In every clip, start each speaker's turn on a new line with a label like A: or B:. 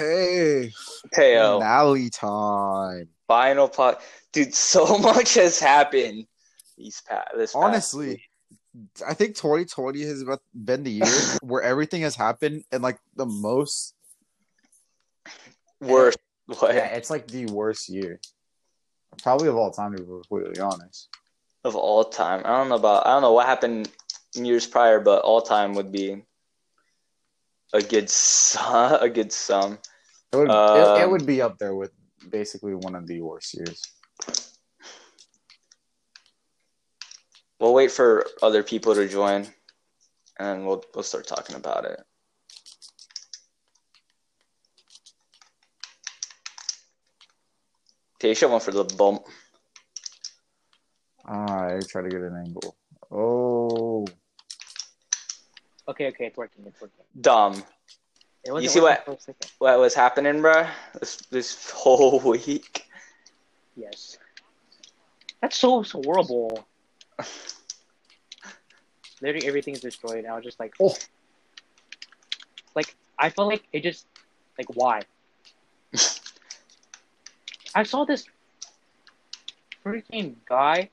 A: Okay.
B: Teo,
A: Finale time.
B: final pot. Dude, so much has happened. These pa- this past
A: Honestly,
B: week.
A: I think 2020 has about- been the year where everything has happened in like the most.
B: worst. What
A: Yeah, it's like the worst year. Probably of all time, to be completely honest.
B: of all time? I don't know about. I don't know what happened in years prior, but all time would be a good sum. A good sum.
A: It would, it, it
B: Um,
A: would be up there with basically one of the worst years.
B: We'll wait for other people to join, and we'll we'll start talking about it. Taysha went for the bump.
A: I try to get an angle. Oh,
C: Okay, okay, it's working. It's working.
B: Dumb.
C: It wasn't
B: You see
C: working
B: what-
C: for a second.
B: What was happening, bruh? This this whole week.
C: Yes. That's so, so horrible. Literally everything's destroyed. I was just like,
A: Oh.
C: Like I felt like it just, like why? I saw this freaking guy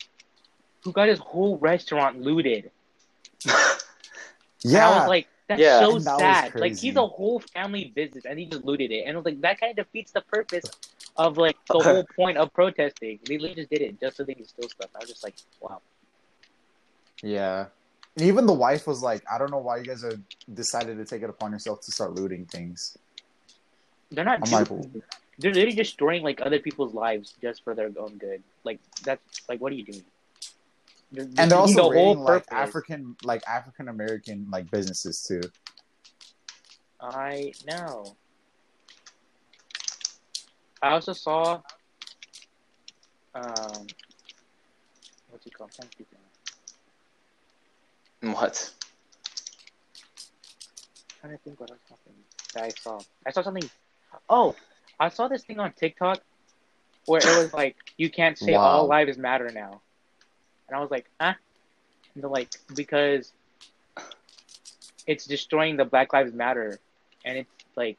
C: who got his whole restaurant looted. And I
A: yeah.
C: was like, that's
B: Yeah.
C: so
A: That was
C: sad. Like
A: crazy.
C: he's a whole family business and he just looted it. And I was like, that kind of defeats the purpose of like the whole point of protesting. They literally just did it just so they could steal stuff. I was just like, wow.
A: yeah. And even the wife was like, I don't know why you guys are decided to take it upon yourself to start looting things.
C: They're not
A: I'm
C: doing
A: like,
C: they're literally destroying like other people's lives just for their own good. Like that's like what are you doing? They're,
A: and they're
C: defeating
A: also raiding like
C: purpose.
A: African, like African American, like businesses too.
C: I know. I also saw. Um, what's it called? Thank you.
B: What?
C: trying to think what else happened that I saw. I saw something. Oh, I saw this thing on TikTok where it was like, you can't say
A: Wow.
C: all lives matter now. And I was like, huh? And they're like, because it's destroying the Black Lives Matter. And it's like,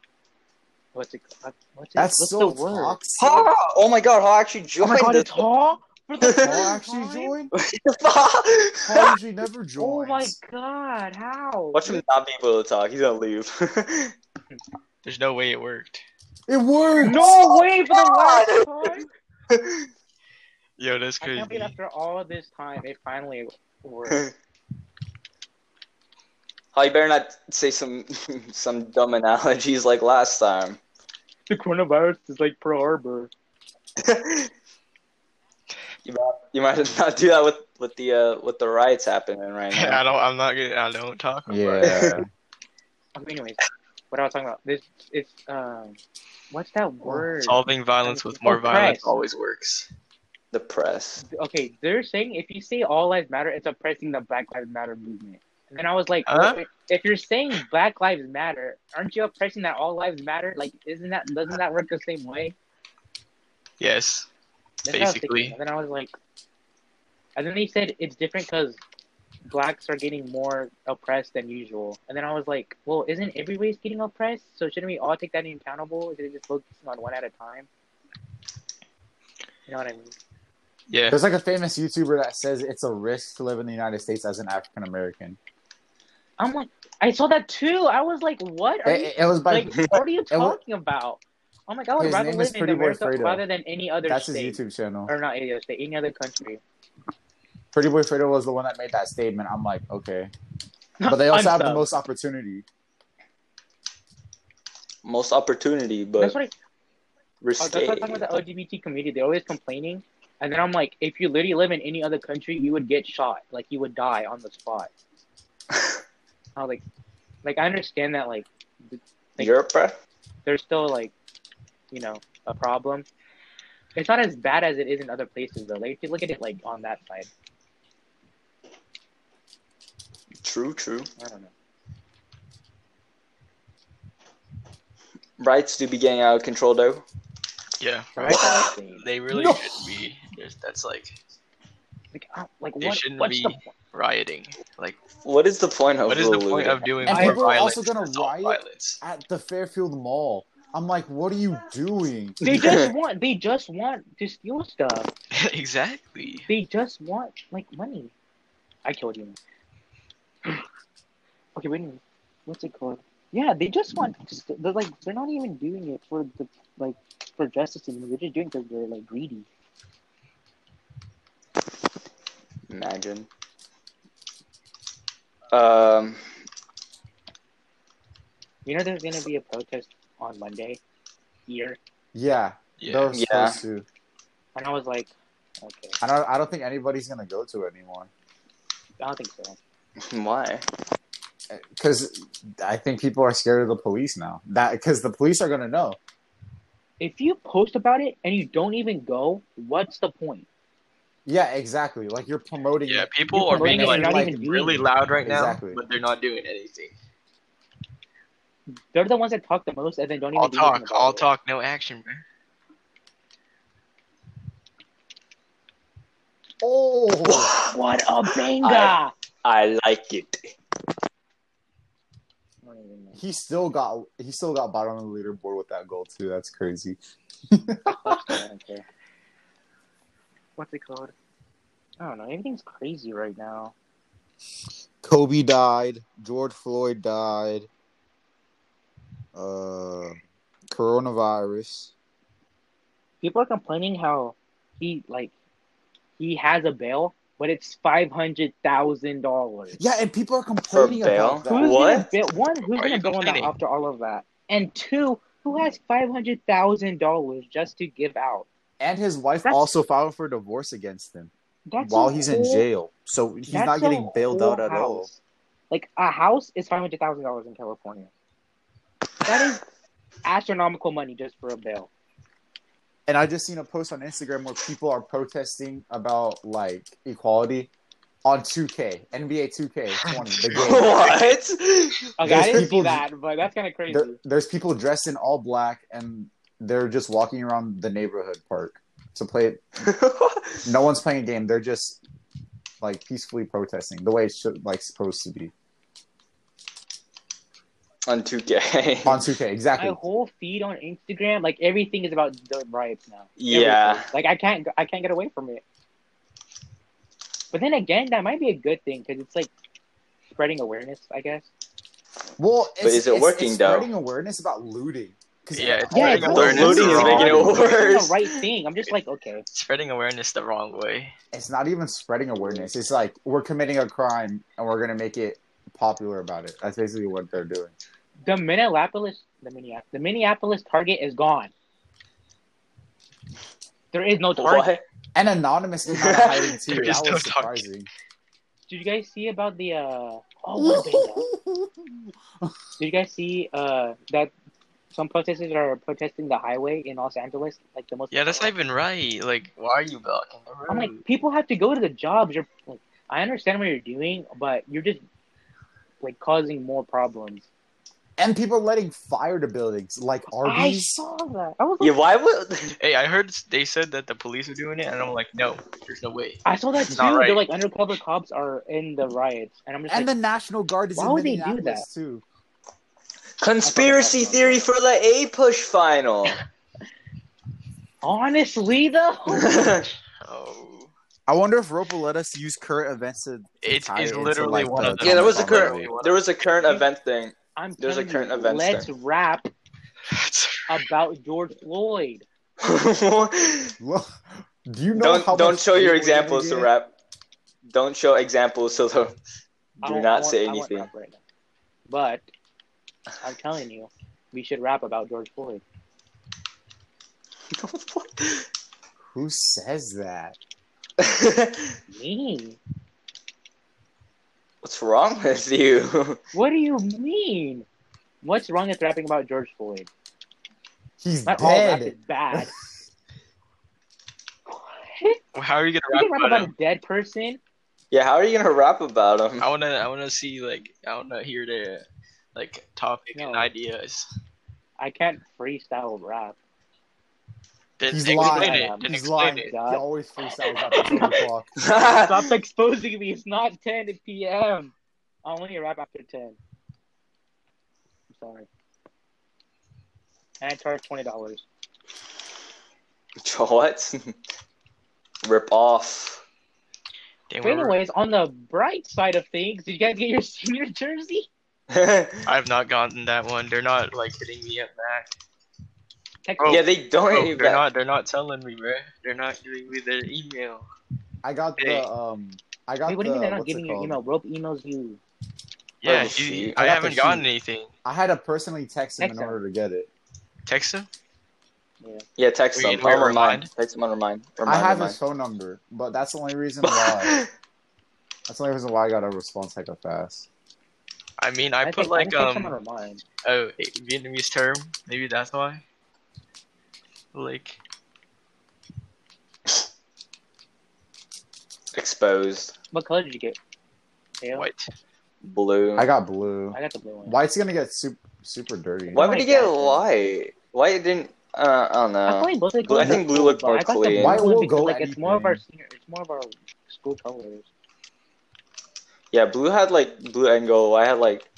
C: what's it called? What's, it,
A: That's
C: what's
A: so
C: the word?
A: toxic.
B: Ha! Oh my god, Ha actually
C: Oh
B: joined
C: my god,
B: us.
C: it's Haw? For the
B: Haw
A: Paul
C: first
A: actually
C: time?
A: joined. Paul
B: Ha!
A: usually never joins.
C: Oh my god, how?
B: Watch him not be able to talk. He's gonna leave.
D: There's no way it worked.
A: It worked.
C: No way for the last time!
D: Yo, that's
C: I can't believe
D: crazy.
C: after all this time, it finally worked.
B: Ha, you better not say some some dumb analogies like last time.
C: the coronavirus is like Pearl Harbor.
B: You might, you might not do that with with the uh, with the riots happening right
D: I
B: now.
D: don't. I'm not gonna. I don't talk. About It.
A: Yeah.
C: Okay, anyways, what I was talking about. This it's um, what's that word?
D: Solving violence with more
C: Oh,
D: violence
C: Christ.
D: always works.
B: The press.
C: Okay, they're saying if you say all lives matter, it's oppressing the Black Lives Matter movement. And I was like,
D: Huh?
C: if- if you're saying Black Lives Matter, aren't you oppressing that all lives matter? Like, isn't that doesn't that work the same way?
D: Yes.
C: what I was thinking.
D: Basically.
C: And then I was like, and then they said it's different because blacks are getting more oppressed than usual. And then I was like, well, isn't every race getting oppressed? So shouldn't we all take that in accountable? Is it just focusing on one at a time? You know what I mean?
D: Yeah.
A: There's like a famous YouTuber that says it's a risk to live in the United States as an African American.
C: I'm like, I saw that too. I was like, what are you?
A: It, it was by
C: Like, what are you
A: eh, wa-
C: talking about? I'm like, I would
A: His
C: rather
A: name is
C: live in
A: Pretty Boy
C: America
A: Fredo.
C: rather than any other
A: that's his
C: state,
A: YouTube channel.
C: or not any other state, any other country.
A: Pretty Boy Fredo was the one that made that statement. I'm like, okay, but they also have the
C: Unsubbed.
A: most opportunity.
B: Most opportunity, but
C: That's what I Oh, that's what I'm talking about the LGBT community. They're always complaining, and then I'm like, if you literally live in any other country, you would get shot. Like you would die on the spot. I was like, like I understand that. Like Like-
B: Europe, bruh?
C: there's still like, you know, a problem. It's not as bad as it is in other places though. Like if you look at it like on that side,
B: True, true.
C: I don't know.
B: Rights do be getting out of control, though.
D: Yeah.
C: Right?
D: They really
A: No.
D: should be. There's- That's like
C: like, I, like
D: They
C: what?
D: shouldn't
C: What's
D: be-
C: the point?
D: rioting. Like,
B: What is the point of
D: what is the
B: looting?
D: point of doing
A: And
D: more
A: people are also
D: violence?
A: gonna
D: to solve
A: riot?
D: violence?
A: At the Fairfield Mall, I'm like, what are you doing?
C: They just want. They just want to steal stuff.
D: exactly.
C: They just want like money. I killed you. okay, wait. a minute. What's it called? Yeah, they just want. st- They're like they're not even doing it for the like for justice anymore. They're just doing it because they're like greedy.
B: Imagine. Um,
C: You know, there's gonna be a protest on Monday here,
A: Yeah,
D: Yeah.
A: they're
B: Yeah.
A: supposed to.
C: and I was like, okay,
A: I don't. I don't think anybody's gonna go to it anymore
C: I don't think so.
B: why?
A: because I think people are scared of the police now. That because the police are gonna know.
C: If you post about it and you don't even go, what's the point?
A: Yeah, exactly. Like you're promoting.
D: Yeah,
A: it.
D: people
A: You're
D: are
A: promoting
D: being
A: it
D: like
A: and you're
C: not even doing
D: really
C: it.
D: loud right now,
A: Exactly.
D: but they're not doing anything.
C: They're the ones that talk the most and then don't even
D: All
C: do anything
D: talk,
C: about
D: all
C: it.
D: talk, no action, bro.
A: Oh,
C: What a banger!
B: I- I like it.
C: don't even know.
A: he still got. He still got bottom of the leaderboard with that goal too. That's crazy.
C: What's it called? I don't know. Everything's crazy right now.
A: Kobe died. George Floyd died. Uh, coronavirus.
C: People are complaining how he like he has a bail, but it's five hundred thousand dollars.
A: Yeah, and people are complaining
B: bail?
A: about that.
C: Who's gonna
B: What?
C: bail, one, who's
D: Are
C: gonna bail
D: you
C: on that
D: complaining?
C: after all of that? And two, who has five hundred thousand dollars just to give out?
A: And his wife
C: That's-
A: also filed for divorce against him
C: That's
A: while
C: a
A: he's in
C: whole-
A: jail. So he's
C: that's
A: not
C: a
A: getting bailed
C: whole
A: out at all.
C: house. Like a house is five hundred thousand dollars in California. That is astronomical money just for a bail.
A: And I just seen a post on Instagram where people are protesting about like equality on 2K, NBA 2K20, the game.
B: what?
C: Okay,
A: There's
C: I didn't
A: people-
C: see that, but that's kind of crazy.
A: There- there's people dressed in all black and they're just walking around the neighborhood park to play it. No one's playing a game. They're just like peacefully protesting the way it should like supposed to be
B: On 2K.
A: on 2K. Exactly.
C: My whole feed on Instagram, like everything is about the riots now.
B: yeah.
C: Everything. Like I can't, I can't get away from it. But then again, that might be a good thing because it's like spreading awareness, I guess.
A: Well,
B: But is it working,
A: it's
B: though?
A: Spreading awareness about looting. 'Cause
D: Yeah, it's
A: all
D: spreading
A: the
C: not
A: looting is
B: awareness is
A: wrong.
B: making it
C: It's doing
B: worse.
C: "Oh, The right thing. I'm just like, okay,
D: Spreading awareness the wrong way.
A: It's not even spreading awareness. It's like we're committing a crime and we're gonna make it popular about it. That's basically what they're doing.
C: the Minneapolis, the Minneapolis, the Minneapolis Target is gone. There is no Target.
B: What?
A: And anonymous came out of hiding too.
D: There is
A: that
D: no
A: was
D: target.
A: surprising.
C: Did you guys see about the? uh Oh, what did they do? Did you guys see uh, that some protesters are protesting the highway in Los Angeles? Like the most.
D: Yeah, that's not even right. Like, why are you blocking the road?
C: I'm like, people have to go to the jobs. You're, like, I understand what you're doing, but you're just like causing more problems.
A: and people letting fire to buildings like
C: I
A: Arby's.
C: saw that. I was like,
B: Yeah, why would.
D: hey, I heard s- they said that the police were doing it, and I'm like, no, there's no way.
C: I saw that
D: It's
C: too.
D: not right.
C: They're like undercover cops are in the riots, and I'm just
A: And
C: like,
A: the National Guard is
C: Why
A: in
C: would they do
A: Minneapolis too.
B: Conspiracy theory for the A push final.
C: honestly though,
D: Oh,
A: I wonder if Rope will let us use current events to. to
D: It's-
A: tie
D: it's
A: into,
D: literally one of
A: the-
D: them.
B: yeah, there was a
D: Probably.
B: current there was a current event thing.
C: I'm
B: There's a
C: telling
B: current
C: you,
B: event
C: Let's
B: there.
C: rap about George Floyd.
A: Do you know? how
B: don't don't
A: much
B: show
A: hate we're
B: your
A: gonna
B: examples to
A: get?
B: rap. Don't show examples so the,
C: I
B: do
C: don't- I
B: not
C: won't-
B: say
C: I won't
B: anything.
C: rap right now. But I'm telling you, we should rap about George Floyd.
A: Who says that?
C: Me?
B: What's wrong with you?
C: What do you mean? What's wrong with rapping about George Floyd?
A: He's
C: Not all rap is
A: dead.
C: bad. What?
D: Well, how are you
C: You
D: gonna
C: can rap
D: rap about
C: about a
D: him?
C: dead person.
B: Yeah, how are you gonna rap about him?
D: I wanna, I wanna see like, I wanna hear the like topic and
C: No.
D: ideas.
C: I can't freestyle rap.
D: Then
A: He's
D: explain
A: lying.
D: it. Then
A: He's
D: explain
A: lying.
D: it.
A: He always freestyles after two o'clock.
C: Stop exposing me. It's not 10 p.m. I only rap after 10. I'm sorry. and I charge twenty dollars.
B: What? Rip off.
D: Damn,
C: But
D: we were-
C: anyways, on the bright side of things, did you guys get your senior jersey?
B: yeah,
D: I've not gotten that one. They're not like hitting me up back.
C: Technically,
D: Oh.
B: they don't
D: Bro,
B: hit you
D: they're
B: back.
D: not. They're not telling me, bro. They're not giving me their email.
A: I got
D: Hey.
A: the um. I got
C: Wait, what do
A: the.
C: you mean they're not
A: what's it
C: giving your
A: called?
C: email? Rope emails you.
D: Yeah,
B: the
D: you-
B: sheet.
A: I
D: I,
A: got the
D: haven't gotten
A: sheet.
D: anything.
A: I had to personally text him
C: Text
A: in
C: him.
A: order to get it.
D: Text them.
B: Yeah, text
D: We
B: them.
D: need to
B: I'll
D: remind.
B: remind. Text them on remind.
A: I
B: Remind,
A: have
B: remind.
A: his phone number, but that's the only reason why. that's the only reason why I got a response like that fast.
D: I mean, I, put
C: think-
D: like
C: think someone
D: um
C: remind.
D: a Vietnamese term. Maybe that's why. Like,
B: Exposed.
C: What color did you get? Yeah,
D: what?
B: Blue.
A: I got blue.
C: I got the blue one.
A: White's gonna get super super dirty.
B: Why
C: Oh my
B: would he get
C: God.
B: light? Why didn't? Uh, I don't
C: I
B: know.
C: probably both like
B: Blue- I think blue looked more clean.
A: White will
C: because,
A: go
C: like it's more of our
A: anything.
C: senior, it's more of our school colors.
B: Yeah, blue had like blue and gold. I had like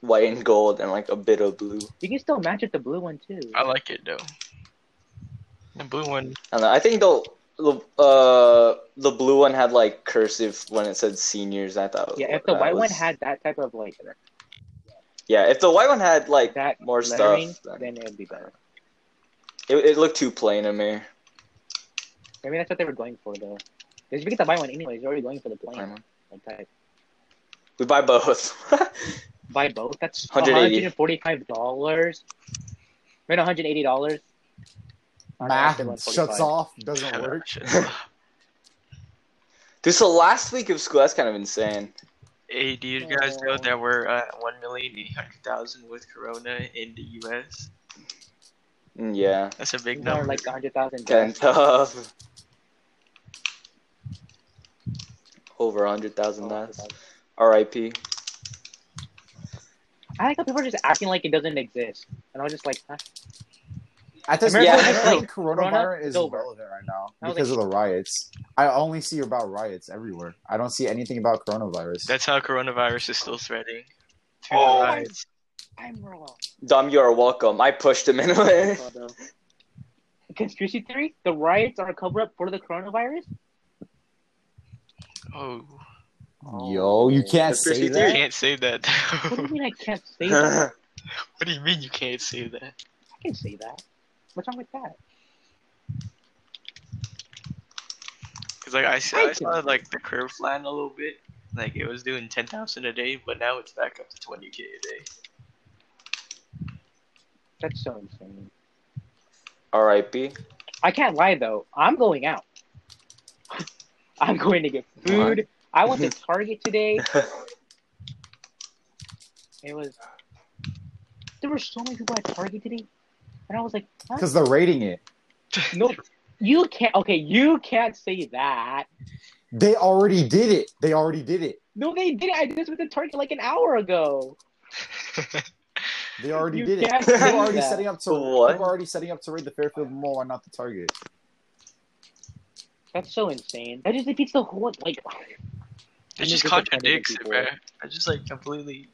B: white and gold and like a bit of blue.
C: You can still match it the blue one too.
D: I like it though. The blue one.
B: I don't know. I think the the uh the blue one had like cursive when it said seniors. I thought.
C: yeah, if the
B: that
C: white one
B: was-
C: had that type of like
B: Yeah, if the white one had like
C: that
B: more stuff,
C: lettering,
B: then
C: then it'd be better.
B: it, it looked too plain to me.
C: I mean, that's what they were going for though. Because if you get the white one anyways, you're already going for the
B: I
C: plain
B: know.
C: like, type.
B: We buy both.
C: Buy both. That's one
B: 180.
C: hundred and forty-five dollars. Right, one hundred eighty dollars.
A: Math shuts off, doesn't work.
B: Dude, so last week of school, that's kind of insane.
D: hey, do you guys know
C: Oh.
D: that we're uh, one million eight hundred thousand with Corona in the U.S.?
B: Mm, Yeah,
D: That's a big
C: More
D: number.
C: like hundred thousand.
B: kind of tough. Over a hundred
C: Oh,
B: thousand deaths. R.I.P.
C: I like how people are just acting like it doesn't exist, and I was just like, huh?
A: At this
B: America
A: point,
B: is
A: I think
C: Corona
A: coronavirus
C: is
A: is
C: over.
A: relevant right now
C: I don't
A: because of
C: think-
A: the riots. I only see about riots everywhere. I don't see anything about coronavirus.
D: That's how coronavirus is still spreading. Through
B: Oh.
D: the riots.
C: "I'm wrong."
B: Dom, you are welcome. I pushed him anyway.
C: Conspiracy theory: The riots are a cover up for the coronavirus.
D: Oh,
A: Yo, you can't say
B: Conspiracy
D: you
B: theory?
A: that.
D: can't say that. though.
C: What do you mean I can't say that?
B: yeah,
D: what do you mean you can't say that?
C: I can say that. What's wrong with that?
D: Because like I, saw-
C: I
D: I saw like the curve flying a little bit. Like it was doing ten thousand a day, but now it's back up to twenty k a day.
C: That's so insane.
B: R.I.P.
C: I can't lie though. I'm going out. I'm going to get food. I went to Target today. It was there were so many people at Target today, and I was like, huh?
A: Because they're rating it.
C: "No, you can't." Okay, you can't say that.
A: They already did it. They already did it.
C: No, they did. not I did this with the Target like an hour ago.
A: They already
C: You
A: did it.
C: can't
A: People
B: say
A: are already
C: that.
A: setting up to
B: What?
A: people are already setting up to raid the Fairfield Mall and not the Target.
C: That's so insane. That just defeats the whole like.
D: It
C: mean,
D: just
C: just, like, twenty
D: contradicts it,
C: people.
D: bro. I just like completely.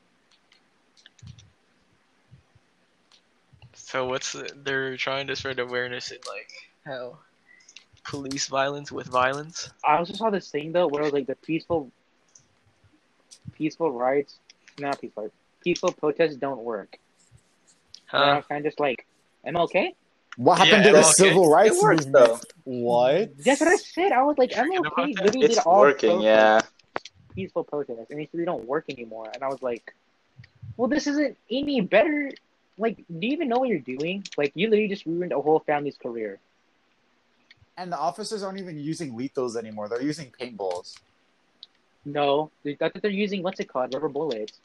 D: So what's the, they're trying to spread awareness in like how police violence with violence?
C: I also saw this thing though where it was like the peaceful, peaceful riots, not peaceful, riots, peaceful protests don't work. And I
D: Huh?
C: was kind of just like, MLK.
A: What
D: Yeah,
A: happened to
D: it
A: the
D: works.
A: civil rights
B: It works,
A: movement?
B: though.
A: What?
C: That's what I said. I was like,
D: Forget about
C: MLK
D: that.
C: literally
B: It's
C: did all
B: working,
C: protests,
B: yeah.
C: peaceful protests, and they said they don't work anymore. And I was like, well, this isn't any better. Like, do you even know what you're doing? Like, you literally just ruined a whole family's career.
A: And the officers aren't even using lethals anymore. They're using paintballs.
C: No, they- that's what they're using. What's it called? Rubber bullets.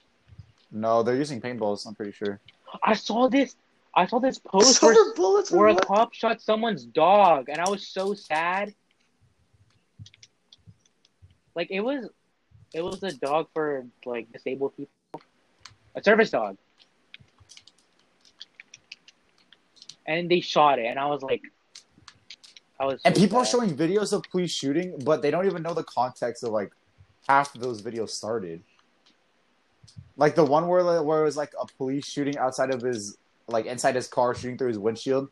A: No, they're using paintballs. I'm pretty sure.
C: I saw this. I saw this post where,
B: Silver bullets
C: where
B: were
C: a cop shot someone's dog, and I was so sad. Like it was, it was a dog for like disabled people, a service dog, and they shot it, and I was like, I was.
A: And
C: so
A: people are
C: sad.
A: showing videos of police shooting, but they don't even know the context of like half of those videos started. Like the one where where it was like a police shooting outside of his like inside his car, shooting through his windshield.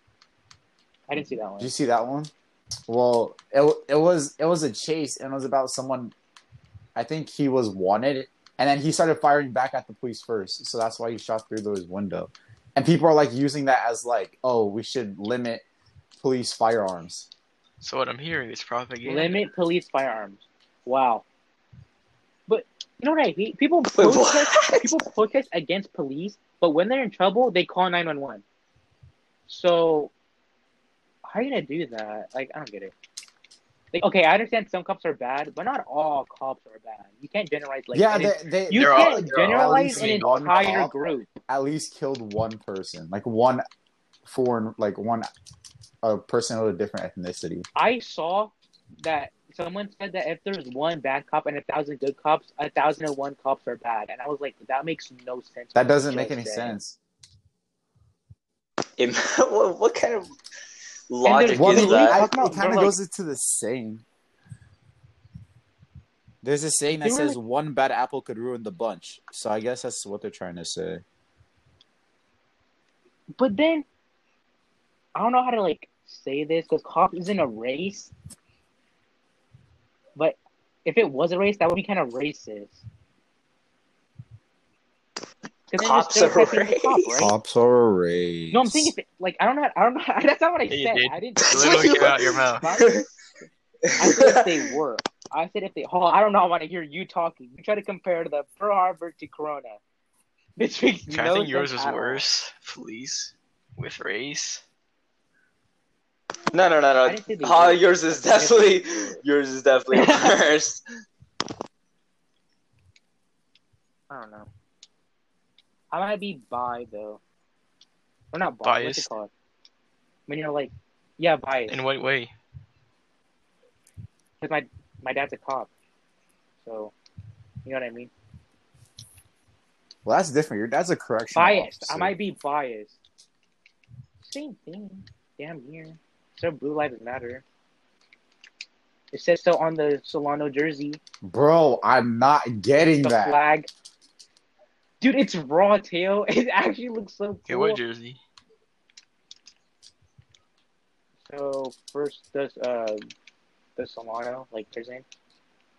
C: I didn't see that one.
A: Did you see that one? Well, it it was it was a chase and it was about someone. I think he was wanted, and then he started firing back at the police first, so that's why he shot through his window. And people are like using that as like, oh, we should limit police firearms.
D: So what I'm hearing is propaganda.
C: Limit police firearms. Wow. But you know what I hate? People
B: Wait,
C: protest,
B: what?
C: people protest against police, but when they're in trouble, they call nine one one. So how are you gonna do that? Like I don't get it. Like okay, I understand some cops are bad, but not all cops are bad. You can't generalize like
A: yeah,
C: and
A: they,
C: it-
A: they
C: you
D: they're all-
C: can't
D: they're all
C: generalize an
A: using one
C: entire
A: cop.
C: group.
A: at least killed one person, like one foreign, like one a person of a different ethnicity.
C: I saw that someone said that if there's one bad cop and a thousand good cops, a thousand and one cops are bad, and I was like, that makes no sense.
A: That doesn't make
C: Just
A: any
C: saying.
A: sense.
B: Im- what, what kind of
C: It
B: logic
A: Well,
C: there's-
B: is
A: it,
C: really-
B: that?
A: I-
C: Talking about-
A: it kind
C: they're
A: of
C: like-
A: goes into the same. There's a saying that
C: They were
A: says one bad apple could ruin the bunch. So I guess that's what they're trying to say.
C: But then, I don't know how to like say this because cop isn't a race. But if it was a race, that would be kind of racist. 'Cause then you're
B: Cops are
C: stereotyping the
B: race.
C: right?
A: Cops are race.
C: No, I'm thinking if it, like I don't know. how- I don't know. how- That's not what I
D: Yeah, you
C: said.
D: did.
C: I didn't.
D: It
B: That's
C: I
B: what
D: literally
B: you-
D: came out your mouth.
C: said if they were. I said if they. Hold on, I don't know. I want to hear you talking. You try to compare the Pearl Harbor to Corona. This makes
D: I
C: no
D: think yours
C: sense
D: was
C: at all.
D: worse. Police with race.
B: No, no,
C: I
B: no,
C: didn't say they
B: no. Ah,
C: were.
B: yours is
C: I didn't say
B: definitely yours is definitely worse.
C: I don't know. I might be bi though. Or not bi. What's it
D: Biased.
C: called? When you're like, yeah, biased.
D: In what way?
C: Because my my dad's a cop, so you know what I mean.
A: Well, that's different. Your dad's a correction.
C: Biased. I might be biased. Same thing. Damn near. So blue lives matter. It says so on the Solano jersey.
A: Bro, I'm not getting
C: The
A: that.
C: flag. Dude, it's raw tail. It actually looks so
D: Okay,
C: cool.
D: what jersey?
C: So first, does uh, the Solano like prison?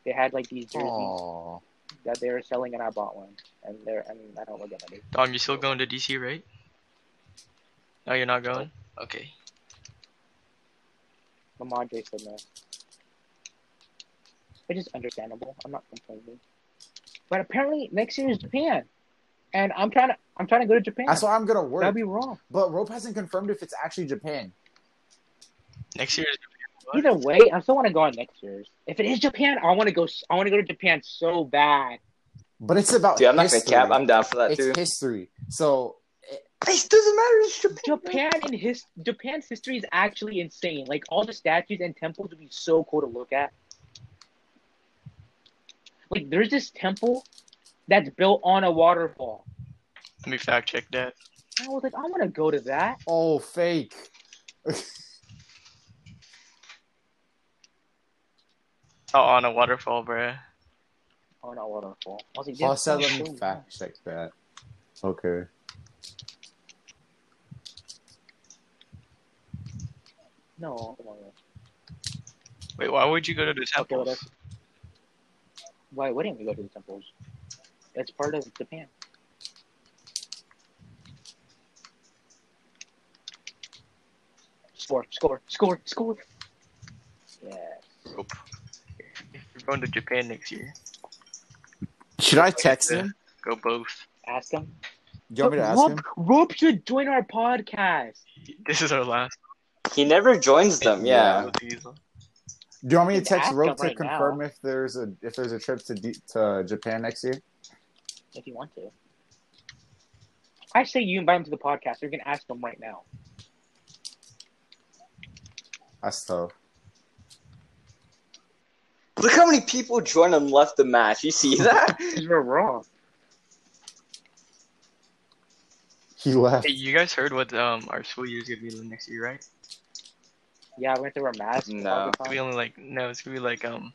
C: They had like these jerseys
A: Aw.
C: that they were selling, and I bought one. And they're and I don't look at it.
D: Dom, you still going to DC, right? No, you're not going. Okay.
C: Lamondre said no, which is understandable. I'm not complaining. But apparently next year is Japan, and I'm trying to I'm trying to go to Japan.
A: That's why I'm gonna work.
C: That'd be wrong.
A: But Rope hasn't confirmed if it's actually Japan.
D: Next year is What?
C: Either way, I still want to go on next year's. If it is Japan, I want to go. s- I want to go to Japan so bad.
A: But it's about
B: Dude, I'm not
A: history.
B: gonna cap. I'm down for that
A: it's
B: too.
A: history. So
B: It doesn't matter. It's Japan.
C: Japan in his Japan's history is actually insane. Like all the statues and temples would be so cool to look at. Like there's this temple that's built on a waterfall.
D: Let me fact check that.
C: And I was like, I want to go to that.
A: oh fake.
D: Oh, on a waterfall, bruh.
C: On a Oh, waterfall. I was like,
A: I'll
C: this
A: sell
C: sounds
A: them
C: so
A: fact check that. Okay.
C: nice. No. I don't wanna-
D: Wait, why would you go to the
C: Okay, what
D: temples?
C: else? Why wouldn't we go to the temples? That's part of Japan. Score, score, score, score. Yeah.
D: Nope. If you're going to Japan next year,
A: Should I text
D: him? go both.
C: Ask him.
A: Do you want me to
C: But
A: ask
C: Rob,
A: him?
C: Rob should join our podcast.
D: This is our last.
B: He never joins them. Yeah.
D: We'll do these ones.
A: Do you want me to
C: You can
A: text
C: ask him
A: Rope to
C: right
A: confirm
C: now.
A: if there's a if there's a trip to D- to Japan next year?
C: if you want to. I say you invite him to the podcast. You're gonna ask him right now.
A: That's tough.
B: Look how many people joined and left the match. You see that?
C: Because we're wrong.
A: He left.
D: Hey, you guys heard what um our school year's gonna be like next year, right?
C: Yeah, we're gonna wear masks.
B: No.
C: all the
D: It's gonna be
C: time.
D: only like no, it's gonna be like um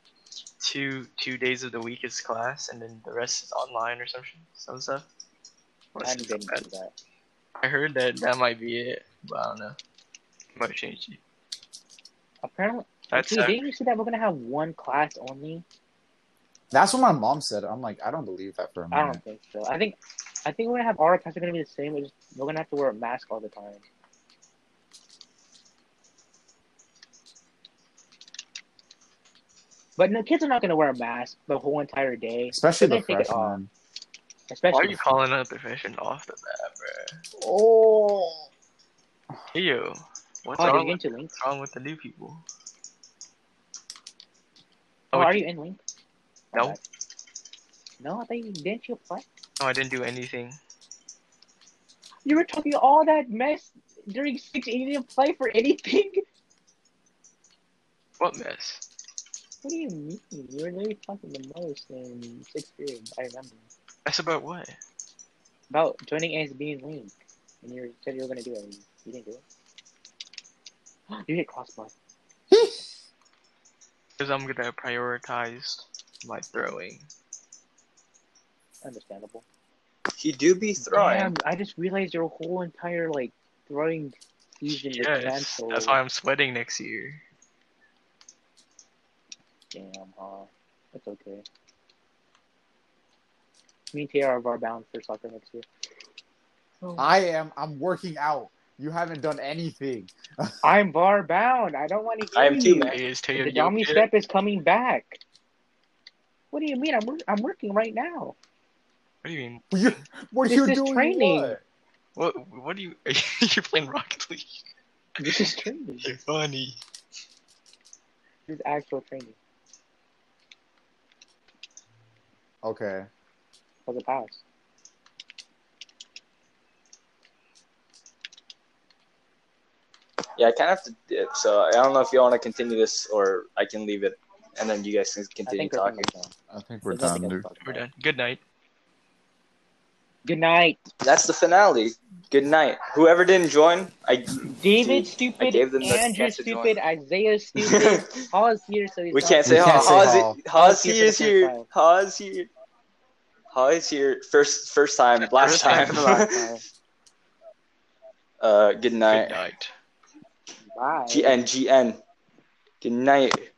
D: two two days of the week is class, and then the rest is online or some shit, some stuff. Well,
C: I'm
D: it's
C: getting
D: not bad.
C: into that.
D: I heard that that might be it, but I don't know. Might change it.
C: Apparently,
D: That's
C: dude, didn't you see that we're gonna have one class only?
A: That's what my mom said. I'm like, I don't believe that for a
C: I
A: minute.
D: Mm.
C: don't think so. I think, I think we're gonna have all our classes are gonna be the same. We're just we're gonna have to wear a mask all the time. But no, kids are not gonna wear a mask the whole entire day,
A: Especially
C: They
A: the
C: take it off.
A: freshman.
C: especially.
D: Why are you calling out the fashion off the bat,
A: Oh.
D: bro? Ew. What's
C: Oh, are
D: wrong,
C: you
D: with,
C: into Link?
D: what's wrong with the new people?
C: Oh,
D: Oh,
C: are you in Link?
D: No.
C: Okay. No, I thought you didn't you apply.
D: No, Oh, I didn't do anything.
C: You were talking all that mess during six. and You didn't apply for anything.
D: What mess?
C: What do you mean? You were literally talking the most in sixth grade. I remember
D: That's about what?
C: about joining ASB and Link, and you said you were gonna do it. and You didn't do it. You did crossbar.
D: Because I'm gonna prioritize my throwing.
C: Understandable.
B: He do be throwing.
C: Damn, I just realized your whole entire like throwing season was
D: Yes,
C: canceled.
D: that's why I'm sweating next year.
C: Damn, huh? That's okay. Me and TR are bar bound for soccer next year.
A: I am. I'm working out. You haven't done anything.
C: I'm bar bound. I don't want to hear
B: I am too,
C: you.
B: man.
D: It is
C: The
D: Teo
C: Dami
D: Jokic.
C: step is coming back. What do you mean? I'm wor- I'm working right now.
D: What do you mean?
A: You, what
C: This
A: are you
C: is
A: doing?
C: training.
A: What?
D: What? What do you? You're playing Rocket League.
C: This is training.
D: You're funny.
C: This is actual training
A: Okay.
C: for the pass.
B: Yeah, I kind of have to dip, so I don't know if you want to continue this or I can leave it and then you guys can
C: I
B: continue
C: think we're
B: talking.
C: finished now.
A: I think we're
C: There's nothing
A: done, dude.
C: else to talk
D: We're
C: about.
D: done. Good night.
C: Good night,
B: That's the finale. Good night. Whoever didn't join, I
C: David.
B: Dude, I
C: stupid,
B: gave them the
C: Andrew.
B: chance to join.
C: Stupid, Isaiah. Stupid. Haw's here, so he's
B: we
C: not-
B: can't say
A: We
B: how.
A: can't say
B: Haw's
A: Haw.
B: it? Haw's he
C: here
B: is
C: for the first
B: here.
C: time.
B: Haw's here. Haw is here. First, first time. Last
D: First
B: time.
D: time for
C: the last time.
B: uh, good
D: Good
B: night.
D: night.
C: Bye.
B: GN GN. Good night.